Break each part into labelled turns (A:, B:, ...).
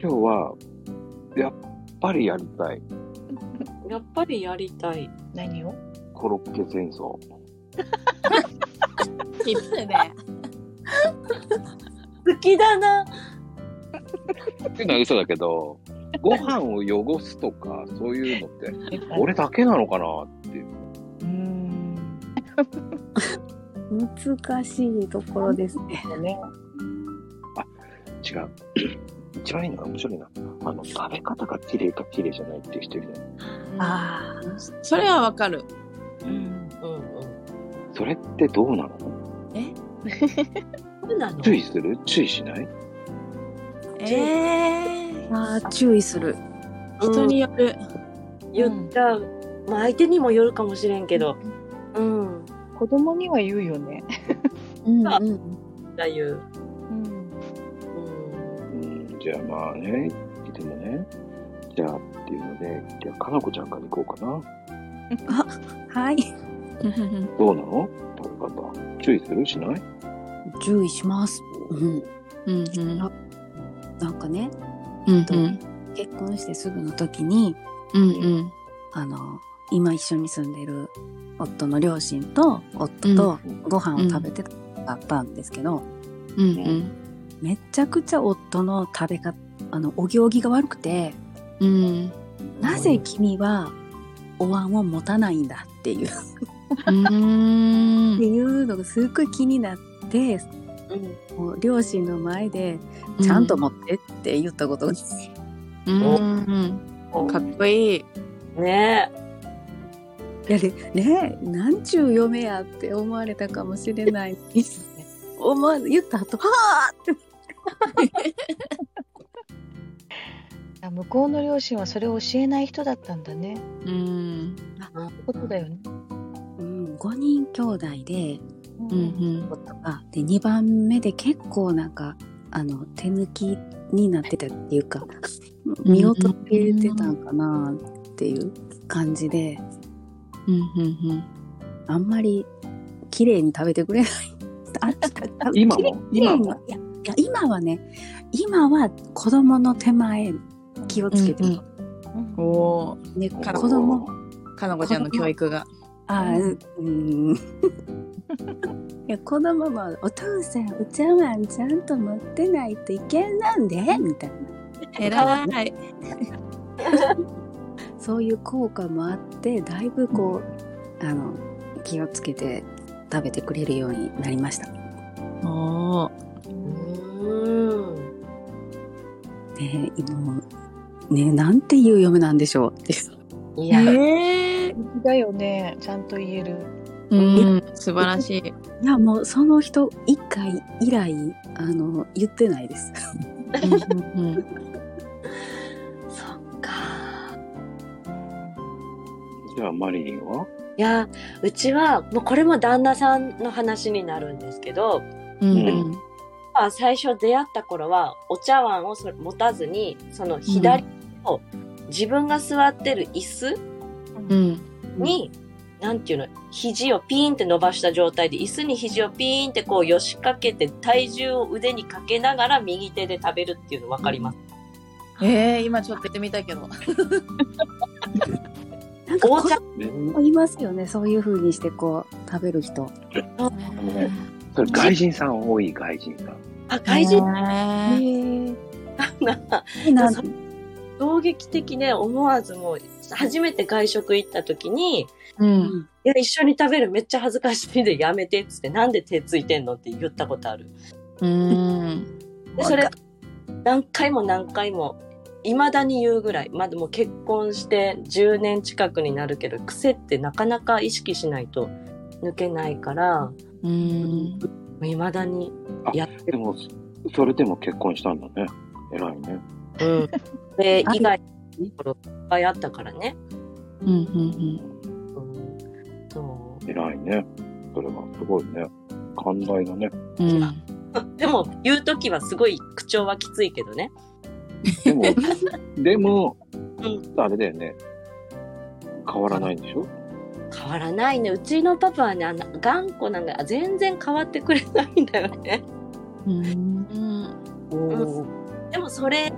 A: 今日は、やっぱりやりたい。
B: やっぱりやりたい。
C: 何を
A: コロッケ戦争。
D: きつね。
B: 好きだな。
A: っていうのは嘘だけど、ご飯を汚すとか、そういうのって、俺だけなのかなっていう。
C: うーん
D: 難しいところですね。
C: ね
A: 違う。 一番いいのが面白いな。あの、食べ方が綺麗か綺麗じゃないっていう人いるじゃん
C: あ
D: それはわかる。
C: あうん
B: うんうん。
A: それってどうなの
B: そうなの
A: 注意する注意しない
D: ええあー注意する。人による。
B: 言っちゃう。まあ相手にもよるかもしれんけど。うん。
C: 子供には言うよね
D: うん。
B: うんだいう。
C: うん
B: う
A: う
B: ん
A: ん、じゃあまあね、でもね、じゃあっていうので、じゃあ、かなこちゃんから行こうかな。
D: はい。
A: どうなの食べ方。注意するしない
E: 注意します。うん。
F: うんうん
E: なんかね、
F: うんうん
E: 結婚してすぐの時に、
F: うんうん
E: あの、今一緒に住んでる夫の両親と夫とご飯を食べてたったんですけど、
F: うんうん
E: めちゃくちゃ夫の食べ方、あの、お行儀が悪くて、
F: うん
E: なぜ君はお椀を持たないんだっていう、っ
F: うん
E: ていうのがすっごい気になって、もう両親の前でちゃんと持ってって言ったことです。
F: うんうんかっこいい
B: ね
E: いやでねえなんちゅう嫁やって思われたかもしれない思わ言った後はあって
C: あ向こうの両親はそれを教えない人だったんだね
F: うん
C: ことだよね
E: うん、5人兄弟で
C: うん
F: うんうん
E: 夫がで2番目で結構なんかあの手抜きになってたっていうか見劣っててたんかなっていう感じで
F: うんうん
E: あんまり綺麗に食べてくれない ああ
A: 今も
E: 綺麗
A: 今
E: に
A: も
E: いやいや今はね今は子供の手前気をつけてる、
F: うんうん
C: うん
F: おお
E: ね、
A: お
E: 子
A: ー
E: 供
F: ーかなこちゃんの教育が
E: あーうん。 いや子供も「お父さんお茶碗ちゃんと持ってないといけんなんで」みたいな
F: えらい
E: そういう効果もあってだいぶこうあの気をつけて食べてくれるようになりました。
F: おお
B: え。うん。
E: ねもうねなんていう嫁なんでしょうっていう
B: いや、
F: えー
C: だよねちゃんと言える
F: うん素晴らしい
E: いやもうその人一回以来あの言ってないです。
F: うんうん
B: そっか。
A: じゃあ、マリリンはい
B: や、うちは、もうこれも旦那さんの話になるんですけど、
F: うんうん
B: まあ最初出会った頃は、お茶碗をそ持たずに、その左を、自分が座ってる椅子
F: うん
B: に、なんていうの、肘をピーンって伸ばした状態で、椅子に肘をピーンってこう、よしかけて、体重を腕にかけながら右手で食べるっていうの分かります。
F: えー今ちょっと言ってみたいけど
E: なんか
B: お
E: 子
B: 茶
A: ね
E: 供いますよねそういう風にしてこう食べる人。
A: ねそれ外人さん多い、外人さん。
B: あ、外人
F: ね
E: へ
F: ー
E: え。
B: なんだ
E: なん
B: そ衝撃的で思わずもう初めて外食行った時に「い
F: うん
B: や一緒に食べるめっちゃ恥ずかしいんでやめて」っつって「なんで手ついてんの?」って言ったことある
F: うん
B: でそれ何回も何回も未だに言うぐらいまあでも結婚して10年近くになるけど癖ってなかなか意識しないと抜けないから
F: うん
B: 未だにやって
A: で
B: る、
A: も、それでも結婚したんだね。偉いね。
B: うん、それ以外のところいっぱいあったからね、
F: うんうん
B: うん、そう
A: 偉いね。それは、すごいね。寛大だね。
F: うんうん
B: でも言う時はすごい口調はきついけどね。
A: で も、でも、
B: う
A: あれだよね。変わらないんでしょ
B: 変わらないね。うちのパパはね、あの頑固なんだ。全然変わってくれないんだよね。
F: うん
B: でもそれ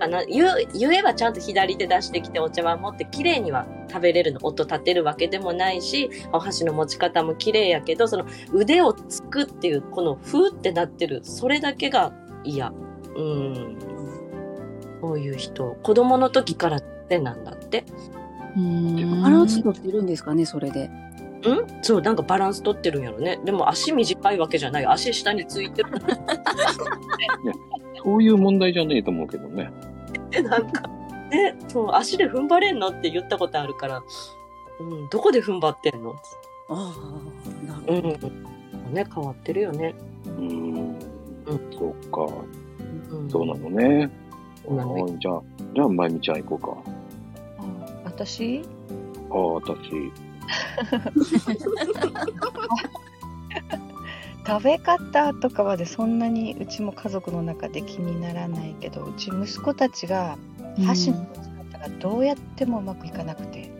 B: かな言う言えばちゃんと左手出してきてお茶碗持って綺麗には食べれるの音立てるわけでもないしお箸の持ち方も綺麗やけどその腕をつくっていうこのふーってなってるそれだけが嫌うんそういう人子供の時からってなんだって
F: うん
E: バランス取ってるんですかねそれで
B: うんそうなんかバランス取ってるんやろねでも足短いわけじゃない足下についてるっ
A: そういう問題じゃねえと思うけどね。
B: て なんかねそう足で踏ん張れんのって言ったことあるから、うん、どこで踏ん張ってんの
E: ああな
B: うん、ね変わってるよね、
A: うーん
B: う。
A: そっか。
B: うん、
A: そうなのね。
B: そうなのよ
A: あーじゃあ、じゃあ、まゆみちゃん行こうか。
C: うん私
A: ああ、私。
C: 食べ方とかはでそんなにうちも家族の中で気にならないけどうち息子たちが箸の使い方がどうやってもうまくいかなくて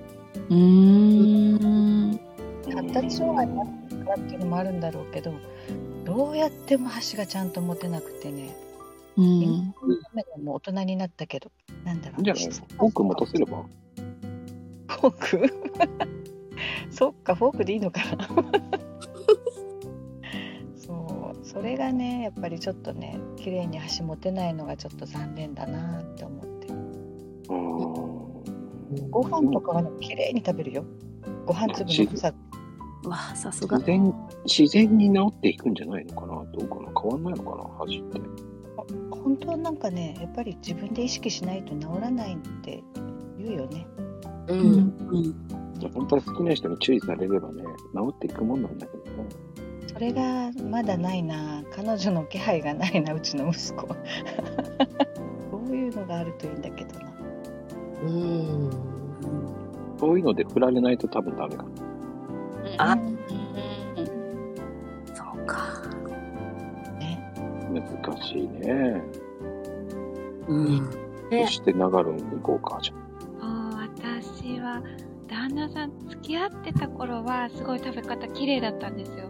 F: うん
C: 発達障害になってるからっていうのもあるんだろうけどどうやっても箸がちゃんと持てなくてね
F: うん
C: ダメだもう大人になったけどなんだろう
A: じゃあ、ね、フォーク持たせれば。
C: フォーク そっかフォークでいいのか なそうそれがねやっぱりちょっとね綺麗に箸持てないのがちょっと残念だなって思って
A: うーん。
C: ご飯とかはね綺麗に食べるよご飯粒のさ
E: わあさすが
A: 自然、自然に治っていくんじゃないのかなどうかな変わんないのかな箸って。
C: 本当はなんかねやっぱり自分で意識しないと治らないって言うよね
B: うん
E: うん
A: じゃあ本当は好きな人に注意されればね、治っていくもんなんだけどね。
C: それがまだないな彼女の気配がないなうちの息子 こういうのがあるといいんだけどな
B: うん
A: そういうので振られないと多分ダメかな。
B: あ
E: そうか
C: ね
A: 難しいね。
E: うん
B: ね
A: そして、長野に行こうか。じゃあ
G: 私は旦那さん付き合ってた頃はすごい食べ方綺麗だったんですよ。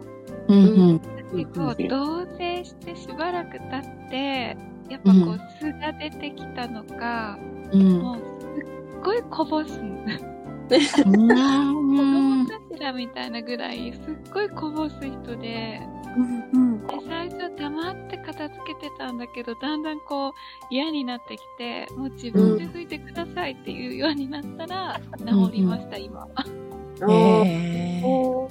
F: うん
G: でこう
A: うん
G: 同棲してしばらく経ってやっぱこ
F: う
G: う素が出てきたのか、
F: うん
G: もうすっごいこぼすん
F: うん
G: 子供かしらみたいなぐらいすっごいこぼす人で
E: うんうん
G: で最初黙って片付けてたんだけどだんだんこう嫌になってきてもう自分で拭いてくださいっていうようになったら治りました今。
F: えー
B: お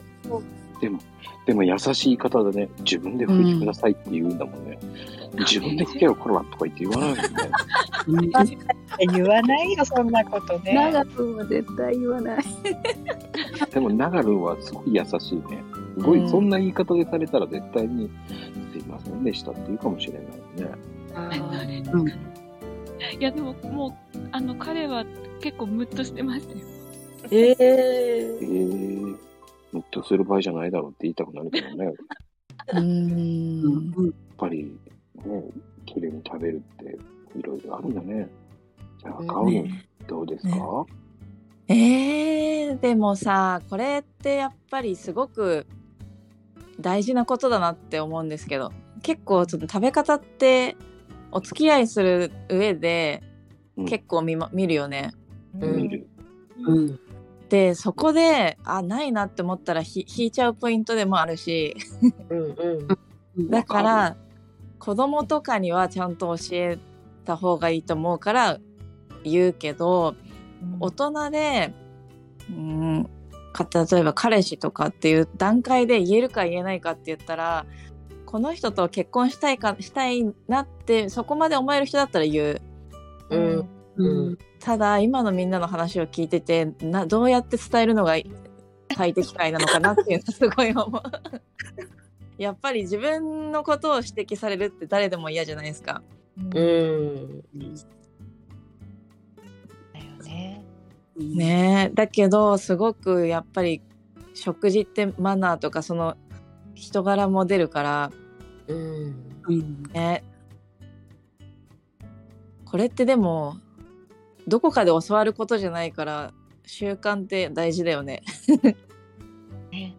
A: でも優しい言い方でね、自分で拭いてくださいって言うんだもんね。自分で拭けよ、こら、とか言って言わないもんね。
C: 言わないよそんなことね
E: 長くは絶対言わない
A: でも、長野はすごい優しいね。すご
F: う
A: い、
F: ん
A: そんな言い方でされたら絶対に、すいませんでしたって言うかもしれないね。
G: いやでももうあの彼は結構ムッとしてましたよ。
B: えー
A: えー、むっとする場合じゃないだろうって言いたくなるけ どね。やっ
F: うん
A: ぱり、ね、綺麗に食べるって、いろいろあるんだね。じゃあ、買
F: う
A: うんの、どうですか、
F: ねえー、でもさこれってやっぱりすごく大事なことだなって思うんですけど結構ちょっと食べ方ってお付き合いする上で
A: うん
F: 結構見,、ま、見るよね。
C: うん
A: 見る。
B: うん
F: でそこであないなって思ったらひ引いちゃうポイントでもあるし
B: うんうん
F: だから子供とかにはちゃんと教えた方がいいと思うから言うけど大人で、うん、か例えば彼氏とかっていう段階で言えるか言えないかって言ったらこの人と結婚したいかしたいなってそこまで思える人だったら言う
B: うんうん
F: ただ今のみんなの話を聞いててなどうやって伝えるのが最適解なのかなっていうのは すごい思う。やっぱり自分のことを指摘されるって誰でも嫌じゃないですか。
B: うん
C: だよね
E: ね
F: ねえだけどすごくやっぱり食事ってマナーとかその人柄も出るから、
B: うん
E: うん
F: ね、これってでもどこかで教わることじゃないから習慣って大事だよね。
B: 大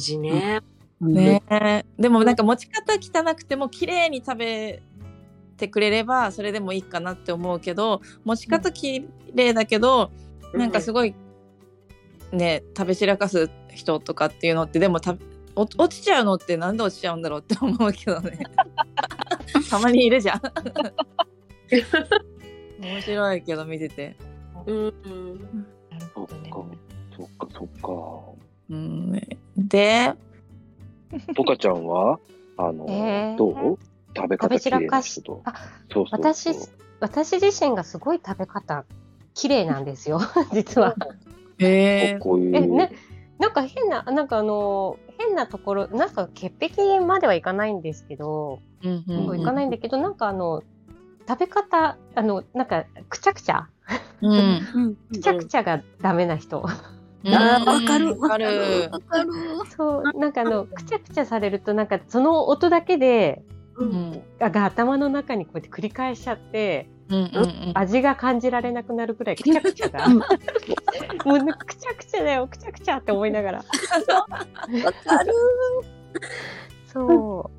B: 事ね
F: ねえでもなんか持ち方汚くても綺麗に食べてくれればそれでもいいかなって思うけど持ち方綺麗だけど、なんかすごいね食べ散らかす人とかっていうのってでもたお落ちちゃうのってなんで落ちちゃうんだろうって思うけどねたまにいるじゃん面白いけど見てて
B: うんうん
C: なる
A: そ
C: ほ
A: っ
C: ど
A: か
C: ね。、
A: そっか、そっ
F: うんで
A: か。ポカちゃんは、あの、
H: えー
A: どう食べ
H: 食
A: 方
H: べ散らか
A: し
H: し
A: と。
H: あ
A: そうそうそう。
H: 私私自身がすごい食べ方綺麗なんですよ実は。
F: え
A: こうい
H: え
A: う。
H: ねなんか変ななんかあの変なところなんか潔癖まではいかないんですけど、
F: うんう
H: もうい
F: ん
H: かないんだけどなんかあの食べ方あのなんかくちゃくちゃ
F: うん
H: くちゃくちゃがダメな人。
F: うん
E: あーわかる
F: わかる
E: わかる。
H: そうなんかあのくちゃくちゃされるとなんかその音だけで
F: うん
H: がが頭の中にこうやって繰り返しちゃって
F: うんうん
H: 味が感じられなくなるくらいくちゃくちゃが
E: うん
H: もうねくちゃくちゃだよくちゃくちゃって思いながら
E: わかる。
H: そ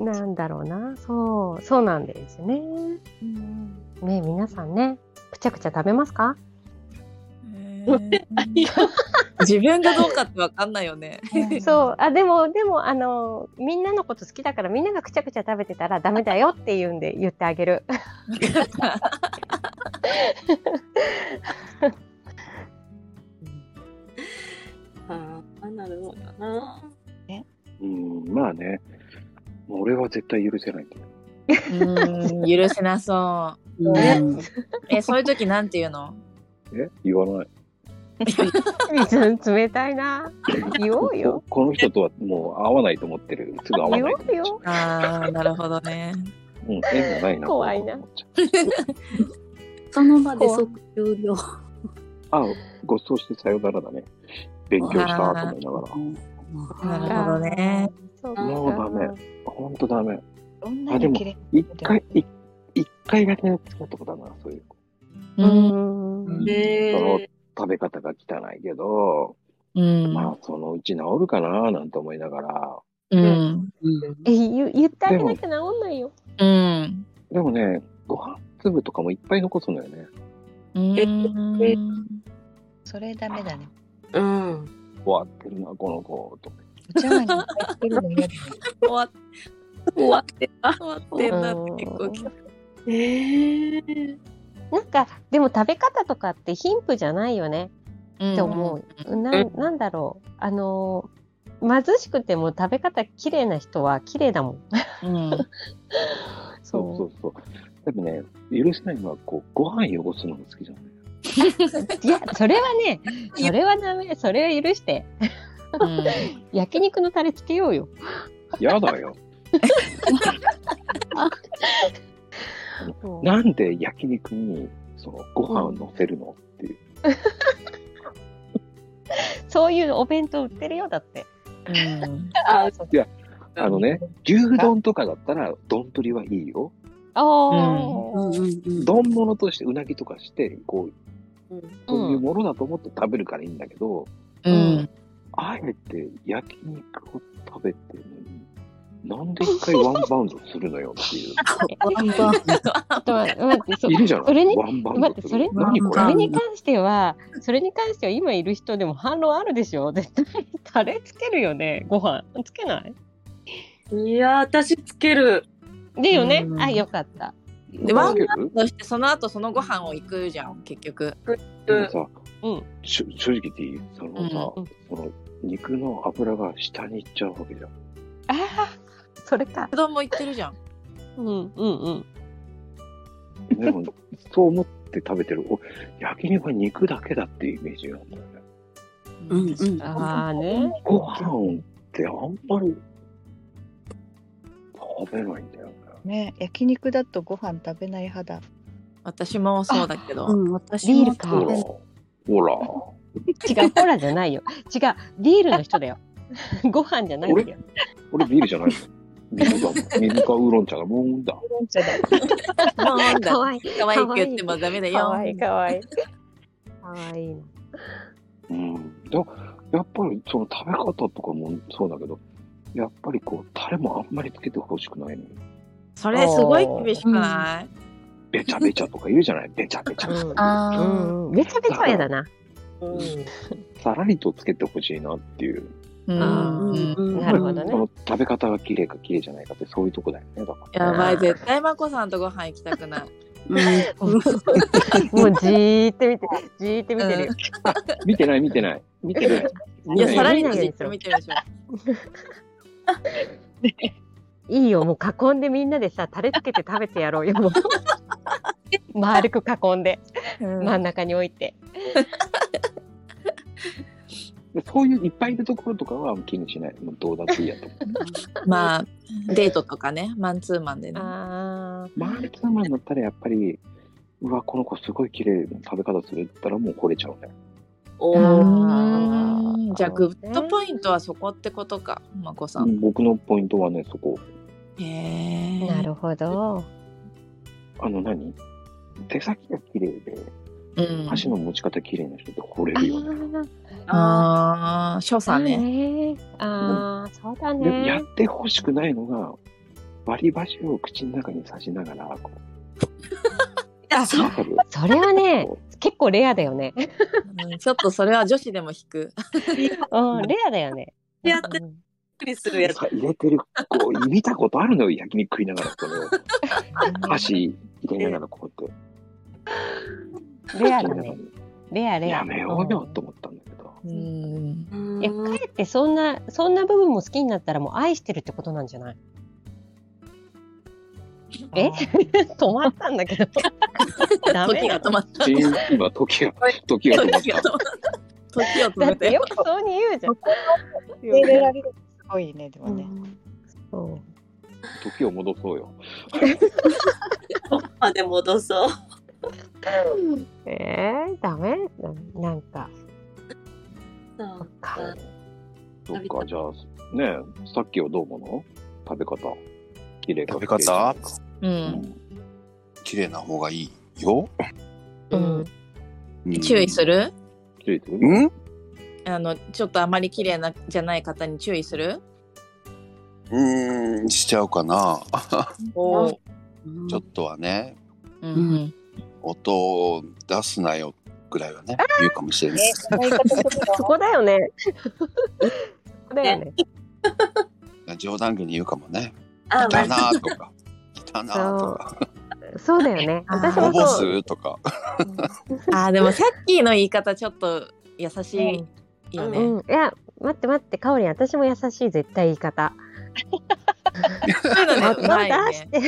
H: うなんだろうなそうそうなんですねね皆さんねくちゃくちゃ食べますか
F: えー自分がどうかってわかんないよね
H: そうあでもでもあのみんなのこと好きだからみんながくちゃくちゃ食べてたらダメだよって言うんで言ってあげる
B: ああなるほどな
A: うん、まあね。俺は絶対許せないけど。
F: うん許せなそう
E: うん
F: えそういう時なんて言うの
A: え言わない。
H: 冷たいな。言おうよ。
A: ここの人とはもう合わないと思ってる。すぐ合わない
H: 言
A: と
H: お
A: 思っ
H: う
A: ちゃう。
H: よ。
F: ああなるほどね
A: うん、縁がないな。
H: 怖いな
A: と思っちゃう。
E: その場で即終了。
A: あ、ごちそうしてさよならだね。勉強したと思いながら。
F: なるほどね
H: そう
A: もうダメ。ほんとダメ。
C: どんなに綺麗
A: 一回、い一回だけ使ったことあるな、そういう。
H: う
F: うん
H: ん。うん
B: へ
A: その
B: え
A: 食べ方が汚いけど、
F: うん
A: まあそのうち治るかななんて思いながら、
F: うん
H: え、言言ってあげなきゃ治んないよ。
F: うん
A: でもね、ご飯粒とかもいっぱい残すのよね。
F: うん
C: それダメだね。
B: うん
A: 終わってるな、この子、と。
C: お茶碗に入ってるの嫌だね。
F: 終わっ
B: 終わってた
F: 終わってんだって結構き
B: ええ
H: なんか、でも食べ方とかって貧富じゃないよねって思う。な
B: うん
H: なんだろう。あのー、貧しくても食べ方綺麗な人は綺麗だもん。
F: うん
A: そうそ
H: そう
A: そう。でもね、許せないのは、こう、ご飯汚すのも好きじゃない。
H: う。いや、それはね、それはダメ。それは許して。焼肉のタレつけようよ。
A: やだよ。なんで焼肉に、その、ご飯を乗せるのっていう。
H: そういうお弁当売ってるよ、だって。
F: うん
B: あ
H: そう
A: あのね、牛丼とかだったら、丼はいいよ。
H: あ
E: うん
H: あ
E: うん。うん
A: 丼物として、うなぎとかして、こう、
B: うん
A: そういうものだと思って食べるからいいんだけど、
F: うん
A: あえて焼肉を食べてるのに、なんで一回ワンバウンドするのよっていう。
E: ワンバン
H: ちょっと待って、 そ
A: いるじゃない
H: それに
A: ワンバウン
H: 待
A: ド
H: って、
A: す
H: それ
A: る。何これ
H: それに関しては、それに関しては今いる人でも反論あるでしょ絶対、タレつけるよねご飯。つけない
B: いやー私つける
H: でよね
F: う。ん
H: あ、よかった。
F: でワン
A: バ
F: そしてその後そのご飯を行くじゃん結局
A: でもさ、
H: うん
A: しょ正直言っていいそのさ、
H: うん
A: その肉の油が下に行っちゃうわけじゃん。
H: ああ、それか。
F: うどんも行ってるじゃん
H: うんうんうん。
A: でも、そう思って食べてる。お焼肉は肉だけだっていうイメージなんだよね。
E: うんうん
H: ああね。
A: ご飯ってあんまり食べないんだよね。
C: ね、 焼肉だとご飯食べない派だ。
F: 私もそうだけど
E: うん、私
H: ビー
E: も
H: ルか
A: ほら、ほら、
H: 違う、コラじゃないよ。違う、ビールの人だよ。 ご飯じゃないんだよ。
A: 俺ビールじゃないの。水だもん。水かウーロン茶だもんだ。
F: もうなんだ
H: かわいい。
F: 可愛く言ってもダメだ
H: か
F: よ。
H: わいい、かわいい。かわいいな。
A: うん。だやっぱりその食べ方とかもそうだけど、やっぱりこう、タレもあんまりつけてほしくないのよ。
F: それすごい厳しくない
A: べちゃべちゃとか言うじゃないべちゃべちゃ。
H: あうん、めちゃめちゃは嫌だな。
A: さらりとつけてほしいなっていう。
H: うんなるほど
A: こ
H: ね。
A: の食べ方が綺麗か綺麗じゃないかってそういうとこだよね。だから。
F: やばい、絶対まこさんとご飯行きたくない。
H: もうじーって見て、じーって見てるよ。
A: 見てない見てない。見てない。
F: いや、
A: 見
F: さ
A: な
F: ら
A: い
F: にとじっと見てるでしょ。
H: いいよ、もう囲んでみんなでさ、タレつけて食べてやろう よ、もう。丸く囲んで、真ん中に置いて。
A: でそういういっぱいいるところとかは気にしない。もうどうだっていい やと。
F: まあ、デートとかね、マンツーマンでね。
H: あ
A: マーケットマンだったらやっぱり、うわ、この子すごい綺麗な食べ方するって言ったらもう惚れちゃうね。
B: お
H: あー
F: じゃあ、グッドポイントはそこってことか、まこさん。
A: 僕のポイントはね、そこ。
F: へ
H: ー
F: え。
H: なるほど。
A: あの何手先が綺麗で、
F: うん。
A: 箸の持ち方綺麗な人って惚れ
H: あ
A: るよね。
H: ー
F: ああ、所
H: あ
F: 作ね。
H: ね。ああ、そうだ
A: でもや
H: ね。
A: ってほしくないのが、割り箸を口の中に刺しながら、こ
F: あ
A: う、
F: そう
A: わかる
H: それはね、結構レアだよね。
F: うんちょっとそれは女子でも引く。
H: うん、レアだよね。
B: やってびっくりするやつ。
A: さ入れてる、こう、見たことあるのよ、焼肉食いながら、この、 箸入れながらこうやって、
H: レア
A: 口
H: だ
A: の中
H: ね。
A: に。
H: レアレア。
A: やめようよ、と思ったんだけど。
F: うん。
H: うん。いや、かえってそんな、そんな部分も好きになったらもう愛してるってことなんじゃないえ 止まったんだ けど。ダメ
F: 時
H: だ
F: が。止まった。
A: ジーン今、時が、時が止まっ
F: 時が
A: た
F: 止。まった。時を止
H: だ
F: め
H: って
F: て
H: よ。くそうに言うじゃん。
C: 入れられるすごいねでもね、
H: そう
A: 時を戻そうよ。
B: まで戻そう。
H: えー、ダメななんか。
B: そう
H: か
A: そっか、じゃあ、ねえさっきはどう思うの食べ方。綺麗か
I: 食べ方
F: うん。
I: 綺麗な方がいいよ。
H: うん。
I: うん
F: 注意する
A: 綺麗ってこと
I: うん
F: あの、ちょっとあまり綺麗な、じゃない方に注意する
I: うーんしちゃうかな。
F: おー
I: ちょっとはね、
F: うん。
I: 音を出すなよぐらいはね、言うかもしれない。
H: そこだよね。そこだよね。
I: 冗談気に言うかもね。
B: あ、ま
I: だなーとか、だなーとか、
H: そうだよね。
F: あー
H: 私
I: こ
H: も
I: ぼ
H: そう。
I: すとか。
F: あー、でもさっきの言い方、ちょっと優しいよ
H: う
F: ね。
H: ん。いや、待って待って、かおりん、私も優しい、絶対言い方。
F: そういうのね、う
H: 音
F: ま
H: 出
F: いね
H: し。て、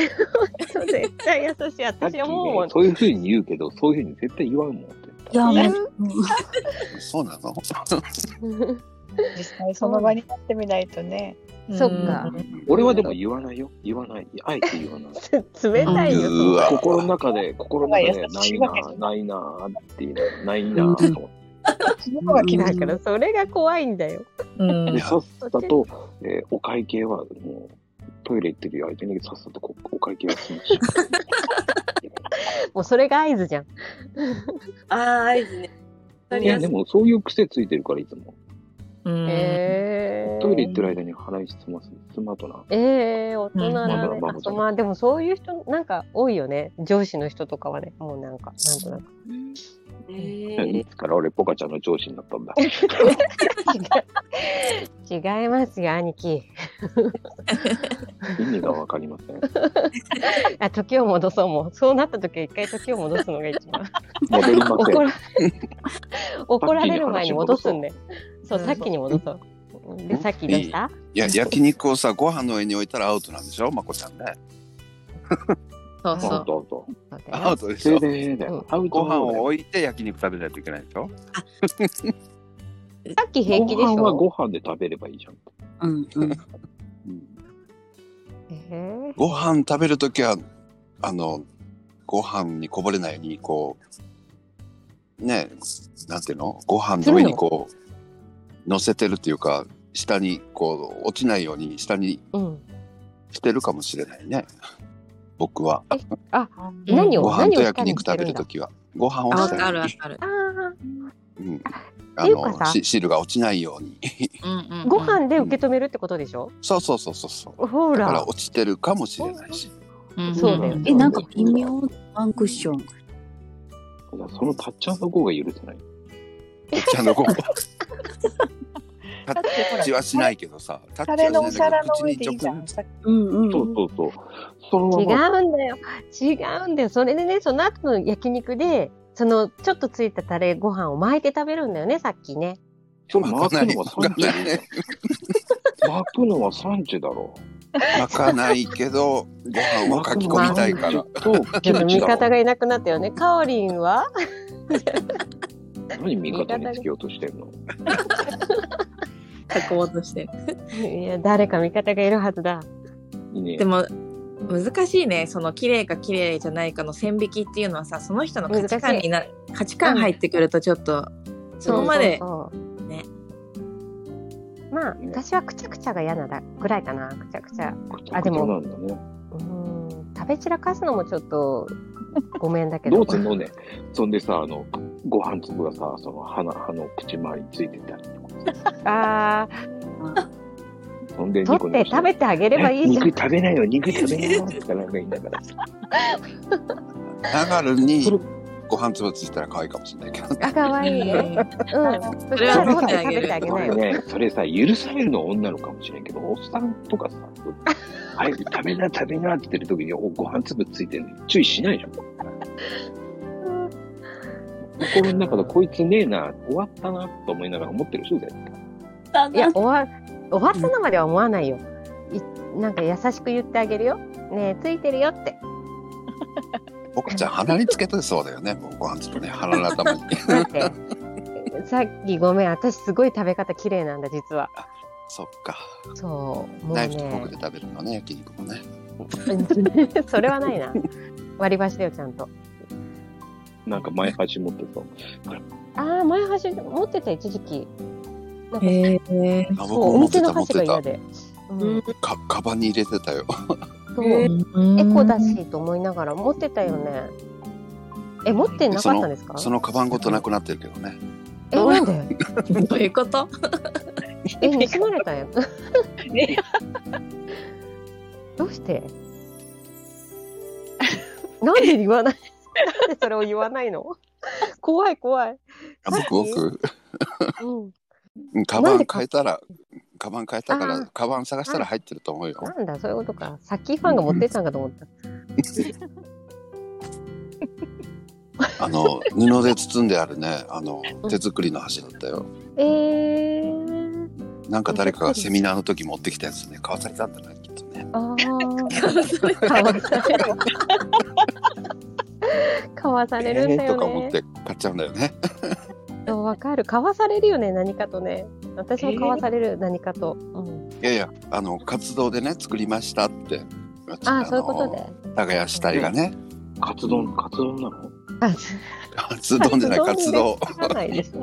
H: 絶対優しい。
A: さっき
H: 私
A: ね
H: はもうもう、
A: そういうふうに言うけど、そういうふうに絶対言わんもんって。
E: いや、も
H: 言
E: う
H: う、
I: そうなの
C: 実際その場になってみないとね
H: そっか。
A: 俺はでも言わないよ。言わない。あえて言わない。
H: 冷たいよ、
I: う
H: そ
I: わ
A: 心の中で、心の中で、ないなぁ、ないなぁって言いながら、ないなぁと思って。
C: その方が気
H: う
C: に
H: だ
C: な
H: から、それが怖いんだよ。
F: うん
A: で、さっさと、えーお会計は、もう、トイレ行ってるよ、相手にさっさとこお会計は済むし。
H: もう、それが合図じゃん。
B: あ、合図ね。
A: いや、でもそういう癖ついてるから、いつも。
F: うん
H: えー。
A: トイレ行ってる間に払い済ます。スマートな。
H: ええ大人だ
A: うんまあま
H: ね。
A: あまあ
H: あとまあでもそういう人なんか多いよね。上司の人とかはね、もうなんかなんとなく。
A: いつから俺、ポカちゃんの上司になったん だ。
H: 違いますよ兄貴。
A: 意味がわかりません。
H: あ時を戻そうもう。そうなった時は一回時を戻すのが一 番。
A: 戻りませ
H: 怒
A: ん。
H: ら 怒られる前に戻すんで。そうさっきに戻そう。でさっきどうした？
I: いや、焼肉をさ、ご飯の上に置いたらアウトなんでしょまこちゃんね。
F: そう
A: そ
F: そう
A: う。そうそう。
H: そうだよ
I: アウトでし
A: それ
I: ょ
A: でだよ。アウ
I: ご
A: ト
I: 飯
A: の
I: を置いて焼肉食べないといけないでしょ
H: さっき平気でし
A: ご飯は
H: ょ。
A: ご飯で食べればいいじゃん。
E: うん、うん。
H: え
I: ご飯食べるときは、あの、ご飯にこぼれないように、こう、ねえ、なんていうのご飯の上にこう、乗せてるっていうか、下にこう、落ちないように下に
H: ーうん。
I: してるかもしれないね。僕は。
H: 何
I: ご
H: を
I: 飯
H: 何
I: と
H: を
I: 焼肉食べると
H: き。
I: きは。ご飯を
F: あ、わ
I: 下
F: かるわ
I: に、
F: かる
H: あ。あ
I: うん、
H: っ
I: あ
H: ていうかさ
I: のし汁が落ちないように。
F: うんうんうん
H: ご飯で受け止めるってことでしょ？
I: そうそうそうそうそう。
H: ほ
I: だからら。落ちてるかもしれないし。
H: そうだよ
E: え、なんか微妙なワンクッション。
A: そのタッチャンの子が許せない。
I: タッチャンの子。タッチはしないけどさ、タッチはしないんだけど口に
E: うんうん
A: そうそうそう。その
H: 違
A: まま。
H: うんだよ違うんだよそれでねその後の焼肉でそのちょっとついたタレご飯を巻いて食べるんだよねさっきね
A: それ巻くのはサンチでいい じゃん。巻くのはサンチだろ
I: 巻かないけど、ご飯をかき込みたいから。
A: う。そう、キ
H: ちょっと
A: ムチ
H: 味
A: だろ
H: 方がいなくなったよねかおりんは
A: 何味方につけようとしてんの
F: 囲おうとして
H: いや誰か味方がいるはずだ
A: いいね
F: でも難しいねその綺麗か綺麗じゃないかの線引きっていうのはさその人の価値観にな価値観入ってくるとちょっとそこまで
H: そうそうそう
F: ね
H: まあ私はくちゃくちゃが嫌なだぐらいかなくちゃくちゃあでも
A: そうなんだね。
H: うん食べ散らかすのもちょっとごめんだけ
A: ど
H: ど
A: うすんのね。そんでさ、あの、ご飯粒がさ、その鼻、歯の口周りについてたりとか。
H: あ
A: そんで
H: ー
A: ニ
H: 取
A: コ
H: っ
A: ニコ
H: て
A: して
H: 食べてあげればいいじゃん
A: 肉食べないよ、肉食べないよとかなんか言いながらさ。
I: 流れにご飯粒ついたら可愛いかもしれないけど。
H: あ可愛いねうんそれは
F: 取ってあげる
H: 食べてあげ
A: そ
H: な
A: れ
H: よ
A: ね、 それさ、許されるのは女の子かもしれんけど、おっさんと かさ、はい、食べな、食べなって言ってる時に、おご飯粒ついてるのに注意しないじゃん。心の中でこいつねえな、終わったなと思いながら思ってる人だよ。
B: た
H: いや
B: だ、
H: 終わ終わったのまでは思わないよ。いなんか優しく言ってあげるよ。ねえついてるよって。
I: 僕ちゃん鼻につけてそうだよね。もうご飯粒ね、鼻の頭に。
H: だって さっきごめん私すごい食べ方綺麗なんだ実は。
I: そっか。
H: そうもう
I: ナイフとフォーク
H: ね
I: で食べるのね、焼肉もね。
H: それはないな。割り箸だよちゃんと。
A: なんか前端持ってそう。
H: ああ前箸持ってた一時期。なんか
F: へえ
I: あ、僕
H: そう
I: も
H: お
I: 持っ
H: 店
I: て
H: の
I: た、持っ
H: 箸が
I: て
H: 嫌
I: た。
H: で。
B: うん、
I: か、カバンに入れてたよ。
H: そう
B: え
H: エコだしと思いながら持ってたよね。え持ってなかったんですか？
I: そのカバンごとなくなってるけどね。
H: えなんで？
F: どういうこと
H: え盗まれた んやつ。
B: ね
H: どうして？なんで言わない？なんでそれを言わないの？怖い怖い。
I: あ僕、僕、
H: うん。
I: うんカバン変えたら、カバン変えたか
H: あー
I: ら、カバン探したら入ってると思うよ。
H: なんだそういうことか。さっきファンが持ってったんかと思った。
I: あの、布で包んであるね、あの、手作りの箸だったよ。
H: えー。
I: なんか誰かがセミナーの時持ってきたやつね、買わされたんだな、きっとね。
H: あ あ。かわされる。かわされるんだ
I: えーとか
H: よ
I: 思っ
H: ね。
I: て買っちゃうんだよね。
H: そうわかる。かわされるよね何かとね。私もかわされる何かと。うん。
I: いやいや、あの、活動でね、作りましたって。
H: ああそういうことで。
I: とで。耕したりがね、
A: カツ丼、カツ丼なの
H: あ
I: 活動じゃない、活動。
H: わかんないです。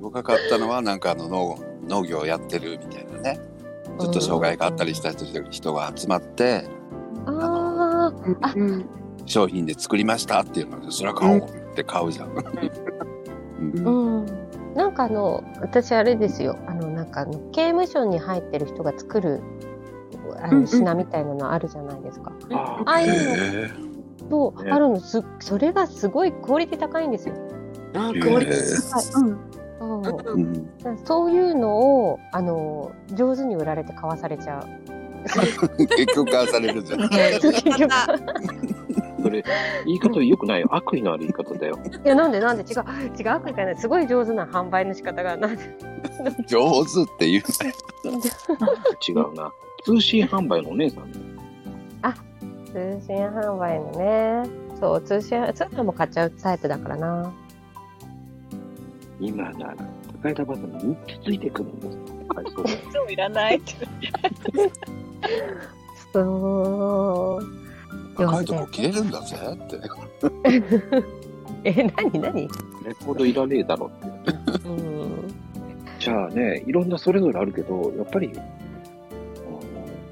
I: 僕が買ったのは、なんかあの農、農業をやってるみたいなね。ずっと障害があったりした人人が集まって、
H: あー
I: 商品で作りましたっていうので、それは買おうって買うじゃ ん。
H: あ、うん。なんかあの、私あれですよ。あの、なんかあの、刑務所に入ってる人が作る、あの、品みたいなのあるじゃないですか。
A: あ
H: ああい
I: へ
H: う
I: え
H: のと、
A: ね
H: あるの、す、それがすごいクオリティ高いんですよ。
B: あ、
I: へ
B: クオリテ
I: え
B: ィ
H: うんだか
I: う
B: 高い。
I: ん
H: らそういうのを、あの、上手に売られて買わされちゃう。
I: 結局買わされるじゃん。
H: 結局い
A: それ、言い方良くないよ。悪意のある言い方だよ。
H: や、なんでなんで違う、違うかね、すごい上手な販売の仕方が、なんで、
I: 上手っていうね。
A: 違うな。通信販売のお姉さんね。
H: 通信販売のね。そう、通信、そういうのも買っちゃうタイプだからな。
A: 今なら、高枝馬さんに3つついてくるんです。はい、そうだよ。
C: いつもいらないって。
H: そう。
I: 高いとこ切れるんだぜって。
H: え、なになに
A: レコードいらねえだろって。
H: うん。
A: じゃあね、いろんなそれぞれあるけど、やっぱり、あ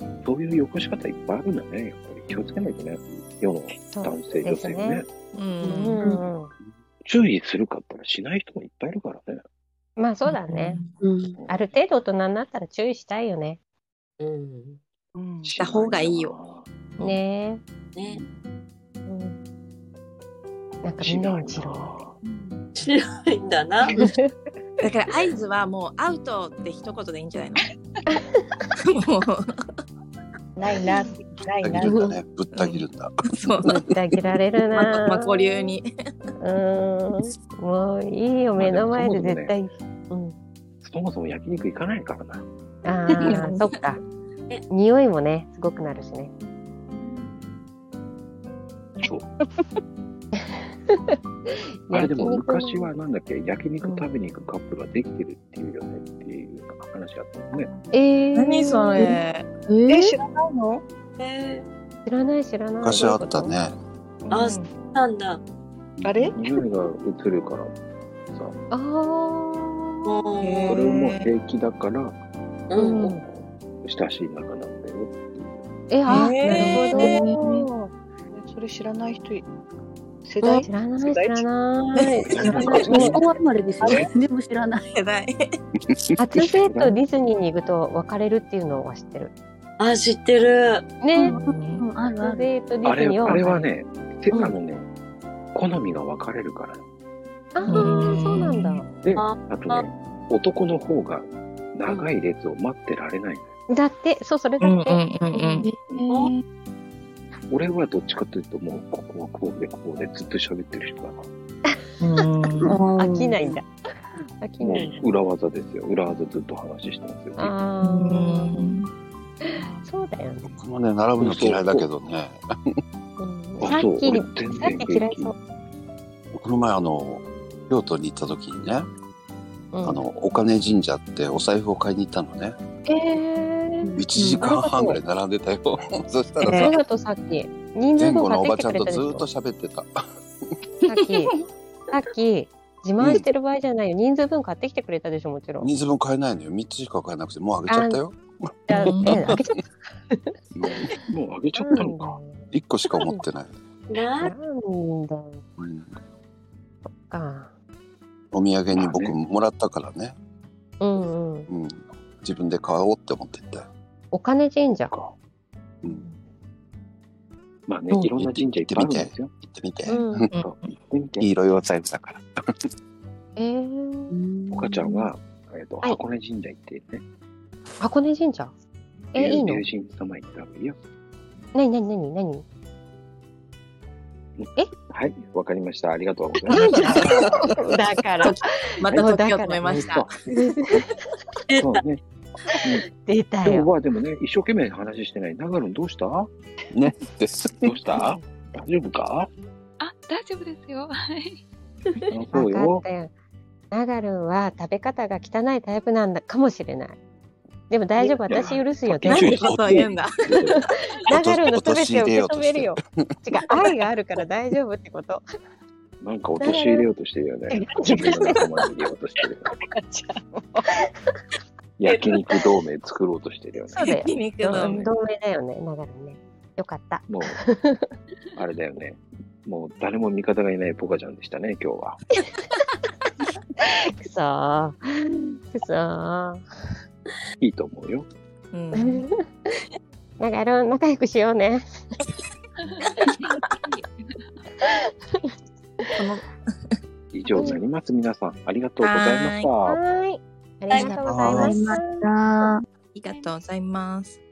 A: のそういうよこし方いっぱいあるんだね。やっぱり気をつけないとね、世の男性、女性ね
H: で。
F: う
H: うんん。
A: 注意するかったらしない人もいっぱいいるからね。
H: まあそうだね。
B: うん。
H: ある程度大人になったら注意したいよね。
B: うん。
C: うん
F: た方がいい
A: よ。
H: ね
B: え。ね
H: え。うん。なんかみんなに知ろ
B: 白いんだな。
F: だから合図はもうアウトって一言でいいんじゃないのも
C: ないな、ないな。
I: ぶった切るんだね。ぶった切るんだ。
F: うそう
H: ぶってあげられるな
F: ままこ流に
H: う。うん。もういいよ、目の前で絶対。うん。
A: そもそも焼肉行かないからな。
H: ああ、そっか。匂いもね、すごくなるしね。
A: そう。あ
H: 焼
A: れでも
H: 肉
A: 昔はなんだっけ、焼肉食べに行くカップルができてるっていうよねっていう話あったもんね。
H: えー、
F: 何それ
H: え
C: え、
H: ー
C: 知らないの
B: え
H: 知らない知らない。
I: 昔あったね。
B: ー、あ、そうなんだ。
C: あれ
A: 匂いが移るからさ、
H: ああ。
B: もう、
A: それも平気だから、
B: うん。
H: うん
A: 親しい仲なんだよっていう。
H: え、あ、
F: えー
H: なるほ
C: それ知らない人い、世
H: ど。
C: 代
H: 知らない、知らない。知らない
E: 息子は生まれですよ。でも知らない。
F: 世代
H: 初デートディズニーに行くと別れるっていうのは知ってる。
B: あ、知ってる。
H: ね。
E: うんあるあ
H: 初
E: る。
H: デートデ
A: あ
H: ィズ
A: れ、
H: ニーは
A: あれ
H: 別
A: は
H: れる。
A: ね、せあ
H: うん
A: のね、好みが分かれるから。
H: ああ、そうなんだ。
A: で、
B: あ
A: あとね、男の方が長い列を待ってられないのよ。
H: だって、そう、それ
F: う
H: だ
F: んう
H: っ
F: ん
H: て。
F: うんうん
A: 俺はどっちかというと、もう、ここはこうで、こうで、ずっと喋ってる人だから。
H: 飽
E: 飽
H: きないん。だ。飽き
A: も
H: ないんだ。
A: う、裏技ですよ。裏技ずっと話してますよ。
H: ああ、そうだよね。
I: 僕もね、並ぶの嫌いだけどね。
H: うん
A: あ
H: さ
A: そう
H: っき、
A: 俺
H: さ
A: 全然
H: っき嫌いそう。
I: この前、あの、京都に行った時にね、
H: うん
I: あの、お金神社ってお財布を買いに行ったのね。
H: ええー。
I: 1時間半ぐらい並んでたよ。そした
H: それ
I: らさ、
H: だとさっき、人
I: 前
H: 数分
I: 後のお
H: 買っ
I: ば
H: てき
I: ち
H: てくれた
I: ゃんと
H: でし
I: ずーっ
H: ょ
I: と。喋ってた。
H: さっき、さっき、自慢してる場合じゃないよ。人数分買ってきてくれたでしょ、もちろん。
I: 水分買えないのよ。3つしか買えなくて、もうあげちゃったよ。
H: じゃあ、え開けちゃっ
A: もう、あげちゃったた
H: の
A: の
H: か
A: か。。
I: 1個しか持ってない。
B: な
H: な
B: ん
H: だ
I: うん
H: か。
I: お土産に僕もらったからね。
H: うんうん。
I: うん。自分で買おうって思って行ったよ。
H: お金神社。
I: うん。
A: まあね
I: う、ん
A: いろんな神社行ってあるんですよ。
I: 行ってみて。
H: うん。
A: そう行ってみて。
I: いい色用財布だから。
H: えー、
A: お母ちゃんは、えっと、
H: はい
A: 箱根神社行ってね、
H: 箱根神社え、いいの
A: 竜神様行った方がいいよ。
H: なになになになに
A: はい、わかりました。ありがとうございました。
H: だから、
F: また時を止めました
A: そうね。
H: 出た
A: 今日
H: よ。
A: はでもね、一生懸命話してない。長野どうした ど
I: ね。です。
A: うした大丈夫か
G: あ、大丈夫ですよ。 はい。
A: そ
H: わ
A: う
H: かっ
A: よ。
H: たよ。ナガルンは食べ方が汚いタイプなんだかもしれない。でも大丈夫、
A: いや
H: 私許すよ。
A: いや
H: 大
F: 何
H: 丈
F: てことを言うんだ
H: 夫ナガルンの全てを受け止めるよ。違う、愛があるから大丈夫ってこと。
A: なんか陥れようとしてるよ ね。自分の仲間に入れようとしてるよね。焼肉同盟作ろうとしてるよね。
H: そうだよ。
F: 筋肉
H: 同
F: の
H: 盟だよね、ナガルンね。よかった。
A: もう、あれだよね。もう誰も味方がいないポカちゃんでしたね、今日は。
H: くそー。くそー。
A: いいと思うよ。
F: うん
H: なんかいろんな仲良くしようね。
A: 以上になります、皆さん。ありがとうございました。
H: はーい。ありがとうございました。
D: あ
F: ありがとうございます